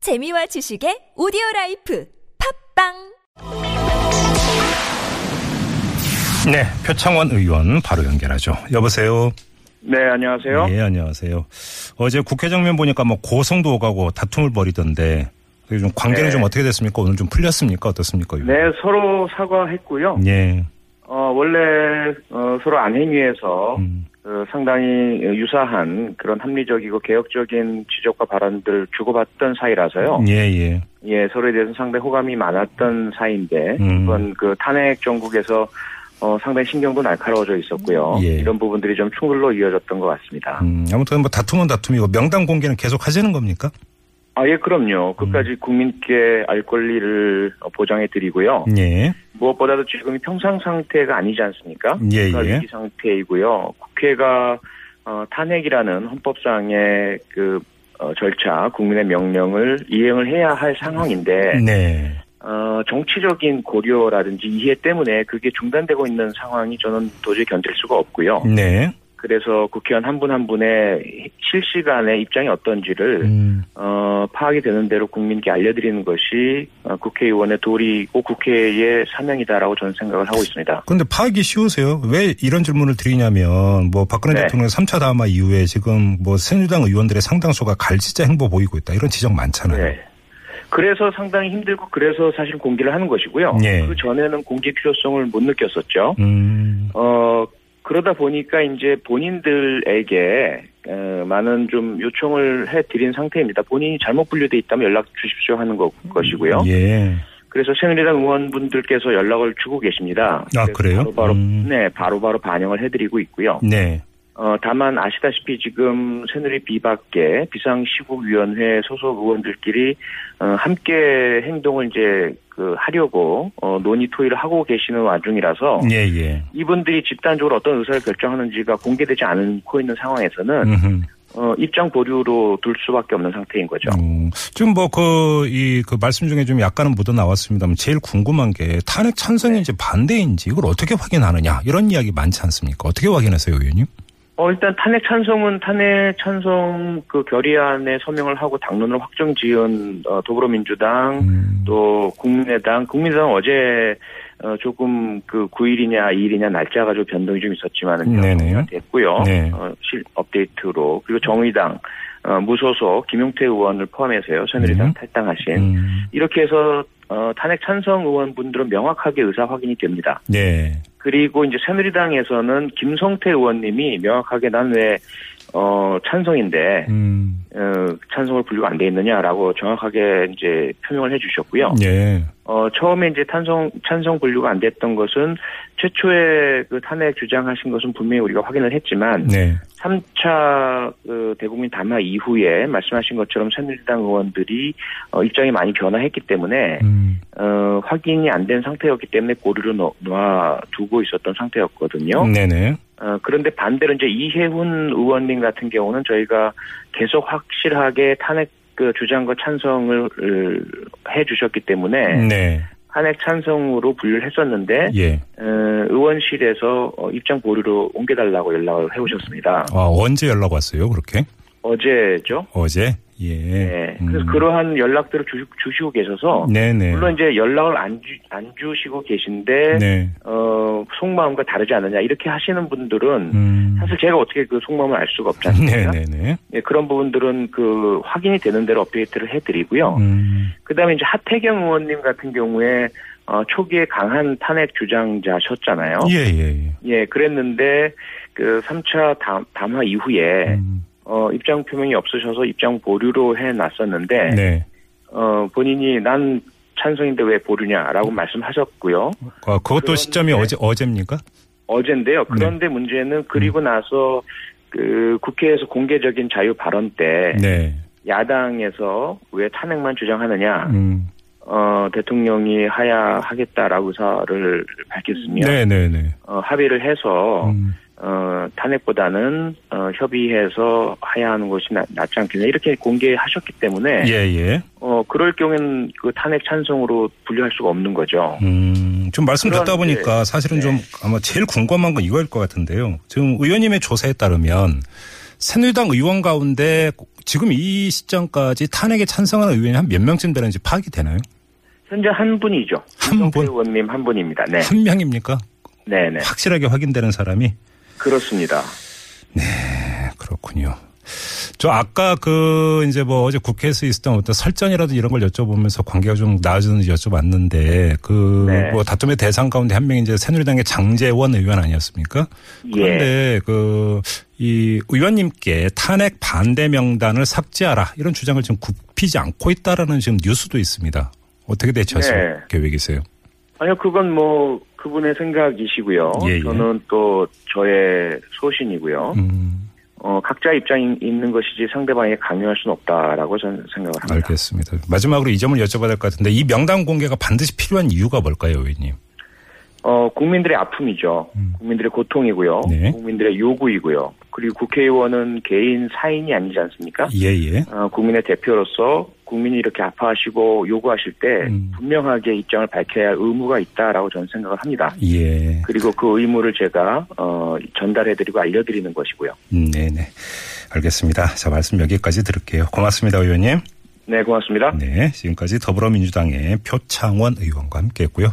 재미와 지식의 오디오 라이프 팝빵 네, 표창원 의원 바로 연결하죠. 여보세요. 네, 안녕하세요. 예, 안녕하세요. 어제 국회 장면 보니까 뭐 고성도 오가고 다툼을 벌이던데 그게 좀 관계는 네. 좀 어떻게 됐습니까? 오늘 좀 풀렸습니까? 어떻습니까? 의원? 네, 서로 사과했고요. 예. 어, 원래 어, 서로 안행위에서 음, 어, 상당히 유사한 그런 합리적이고 개혁적인 지적과 발언들 주고받던 사이라서요. 예, 예. 예, 서로에 대해서 상당히 호감이 많았던 사이인데 음. 이번 그 탄핵 정국에서 어, 상당히 신경도 날카로워져 있었고요. 예. 이런 부분들이 좀 충돌로 이어졌던 것 같습니다. 음, 아무튼 뭐 다툼은 다툼이고 명단 공개는 계속 하시는 겁니까? 아, 예, 음. 그럼요. 끝까지 국민께 알 권리를 어, 보장해 드리고요. 예. 무엇보다도 지금이 평상 상태가 아니지 않습니까? 예, 국가 예. 위기 상태이고요. 국회가 어, 탄핵이라는 헌법상의 그 어, 절차, 국민의 명령을 이행을 해야 할 상황인데 네. 어, 정치적인 고려라든지 이해 때문에 그게 중단되고 있는 상황이 저는 도저히 견딜 수가 없고요. 네. 그래서 국회의원 한 분 한 분의 실시간에 입장이 어떤지를 음, 어, 파악이 되는 대로 국민께 알려드리는 것이 어, 국회의원의 도리고 국회의 사명이다라고 저는 생각을 하고 있습니다. 근데 파악이 쉬우세요. 왜 이런 질문을 드리냐면 뭐 박근혜 네. 대통령 3차 담화 이후에 지금 뭐 새누리당 의원들의 상당수가 갈지자 행보 보이고 있다. 이런 지적 많잖아요. 네. 그래서 상당히 힘들고 그래서 사실 공개를 하는 것이고요. 예. 그 전에는 공개 필요성을 못 느꼈었죠. 음. 어 그러다 보니까 이제 본인들에게 어, 많은 좀 요청을 해드린 상태입니다. 본인이 잘못 분류돼 있다면 연락 주십시오 하는 것, 것이고요. 예. 그래서 새누리당 의원분들께서 연락을 주고 계십니다. 아, 그래요? 바로 바로 음. 네 바로 바로 반영을 해드리고 있고요. 네. 어, 다만 아시다시피 지금 새누리 비박계 비상시국위원회 소속 의원들끼리 어, 함께 행동을 이제 그 하려고 어, 논의 토의를 하고 계시는 와중이라서 예, 예. 이분들이 집단적으로 어떤 의사를 결정하는지가 공개되지 않고 있는 상황에서는 음흠. 어, 입장 보류로 둘 수밖에 없는 상태인 거죠. 음, 지금 뭐, 그, 이, 그 말씀 중에 좀 약간은 묻어 나왔습니다만 제일 궁금한 게 탄핵 네. 찬성인지 반대인지 이걸 어떻게 확인하느냐 이런 이야기 많지 않습니까? 어떻게 확인하세요, 의원님? 어, 일단 탄핵 찬성은 탄핵 찬성 그 결의안에 서명을 하고 당론을 확정 지은 어, 더불어민주당 음, 또 국민의당 국민의당 어제 어, 조금 그 9일이냐 2일이냐 날짜가 좀 변동이 좀 있었지만은 네네. 됐고요. 네. 어, 실 업데이트로 그리고 정의당 어, 무소속 김용태 의원을 포함해서요 새누리당 네. 탈당하신 음, 이렇게 해서 어, 탄핵 찬성 의원분들은 명확하게 의사 확인이 됩니다. 네. 그리고 이제 새누리당에서는 김성태 의원님이 명확하게 난 왜 어, 찬성인데 음, 어, 찬성을 분류가 안 돼 있느냐라고 정확하게 이제 표명을 해주셨고요. 예. 어, 처음에 이제 탄성, 찬성 분류가 안 됐던 것은 최초에 그 탄핵 주장하신 것은 분명히 우리가 확인을 했지만 네. 3차 그 대국민 담화 이후에 말씀하신 것처럼 새누리당 의원들이 어, 입장이 많이 변화했기 때문에 음, 어, 확인이 안 된 상태였기 때문에 고리로 놓- 놓아두고 있었던 상태였거든요. 네네. 어, 그런데 반대로 이제 이혜훈 의원님 같은 경우는 저희가 계속 확실하게 탄핵 그 주장과 찬성을 으, 해주셨기 때문에 네. 탄핵 찬성으로 분류를 했었는데 예. 어, 의원실에서 어, 입장 보류로 옮겨달라고 연락을 해오셨습니다. 아, 언제 연락 왔어요, 그렇게? 어제죠. 어제? 예. 네. 그래서 음. 그러한 연락들을 주, 주시고 계셔서 네네. 물론 이제 연락을 안, 주, 안 주시고 계신데 네. 어, 속마음과 다르지 않느냐 이렇게 하시는 분들은 음. 사실 제가 어떻게 그 속마음을 알 수가 없지 않습니까? 네네네. 네, 그런 부분들은 그 확인이 되는 대로 업데이트를 해드리고요. 음. 그다음에 이제 하태경 의원님 같은 경우에 어, 초기에 강한 탄핵 주장자셨잖아요. 예, 예, 예. 예, 그랬는데 그 3차 담, 담화 이후에 음, 어, 입장 표명이 없으셔서 입장 보류로 해 놨었는데 네. 어, 본인이 난 찬성인데 왜 보류냐라고 말씀하셨고요. 아, 그것도 그런데- 시점이 어제, 어제입니까? 네. 어젠데요. 그런데 문제는 그리고 음. 나서 그 국회에서 공개적인 자유 발언 때 네. 야당에서 왜 탄핵만 주장하느냐 음. 어, 대통령이 하야하겠다라고 의사를 밝혔으며 네네네. 어, 합의를 해서 음. 어, 탄핵보다는 어, 협의해서 해야 하는 것이 나- 낫지 않겠냐 이렇게 공개하셨기 때문에 예, 예. 어, 그럴 경우에는 그 탄핵 찬성으로 분류할 수가 없는 거죠. 음, 좀 말씀 듣다 그런데- 네. 보니까 사실은 좀 아마 제일 궁금한 건 이거일 것 같은데요. 지금 의원님의 조사에 따르면 새누리당 의원 가운데 지금 이 시점까지 탄핵에 찬성하는 의원이 한 몇 명쯤 되는지 파악이 되나요? 현재 한 분이죠. 한 이성태 분? 의원님 한 분입니다. 네. 한 명입니까? 네, 네. 확실하게 확인되는 사람이 그렇습니다. 네, 그렇군요. 저 아까 그 이제 뭐 어제 국회에서 있었던 어떤 설전이라도 이런 걸 여쭤보면서 관계가 좀 나아지는지 여쭤봤는데 그 네. 뭐 다툼의 대상 가운데 한 명이 이제 새누리당의 장재원 의원 아니었습니까? 예. 그런데 그 이 의원님께 탄핵 반대 명단을 삭제하라 이런 주장을 지금 굽히지 않고 있다라는 지금 뉴스도 있습니다. 어떻게 대처하실 네. 계획이세요? 아니요, 그건 뭐 그분의 생각이시고요. 예, 예. 저는 또 저의 소신이고요. 음, 어, 각자 입장이 있는 것이지 상대방에게 강요할 수는 없다라고 저는 생각을 합니다. 알겠습니다. 마지막으로 이 점을 여쭤봐야 될 것 같은데 이 명단 공개가 반드시 필요한 이유가 뭘까요, 의원님? 어, 국민들의 아픔이죠. 국민들의 고통이고요. 음. 네. 국민들의 요구이고요. 그리고 국회의원은 개인 사인이 아니지 않습니까? 예예. 어, 국민의 대표로서 국민이 이렇게 아파하시고 요구하실 때 음. 분명하게 입장을 밝혀야 할 의무가 있다라고 저는 생각을 합니다. 예. 그리고 그 의무를 제가 어, 전달해드리고 알려드리는 것이고요. 음, 네네. 알겠습니다. 자, 말씀 여기까지 들을게요. 고맙습니다, 의원님. 네, 고맙습니다. 네. 지금까지 더불어민주당의 표창원 의원과 함께 했고요.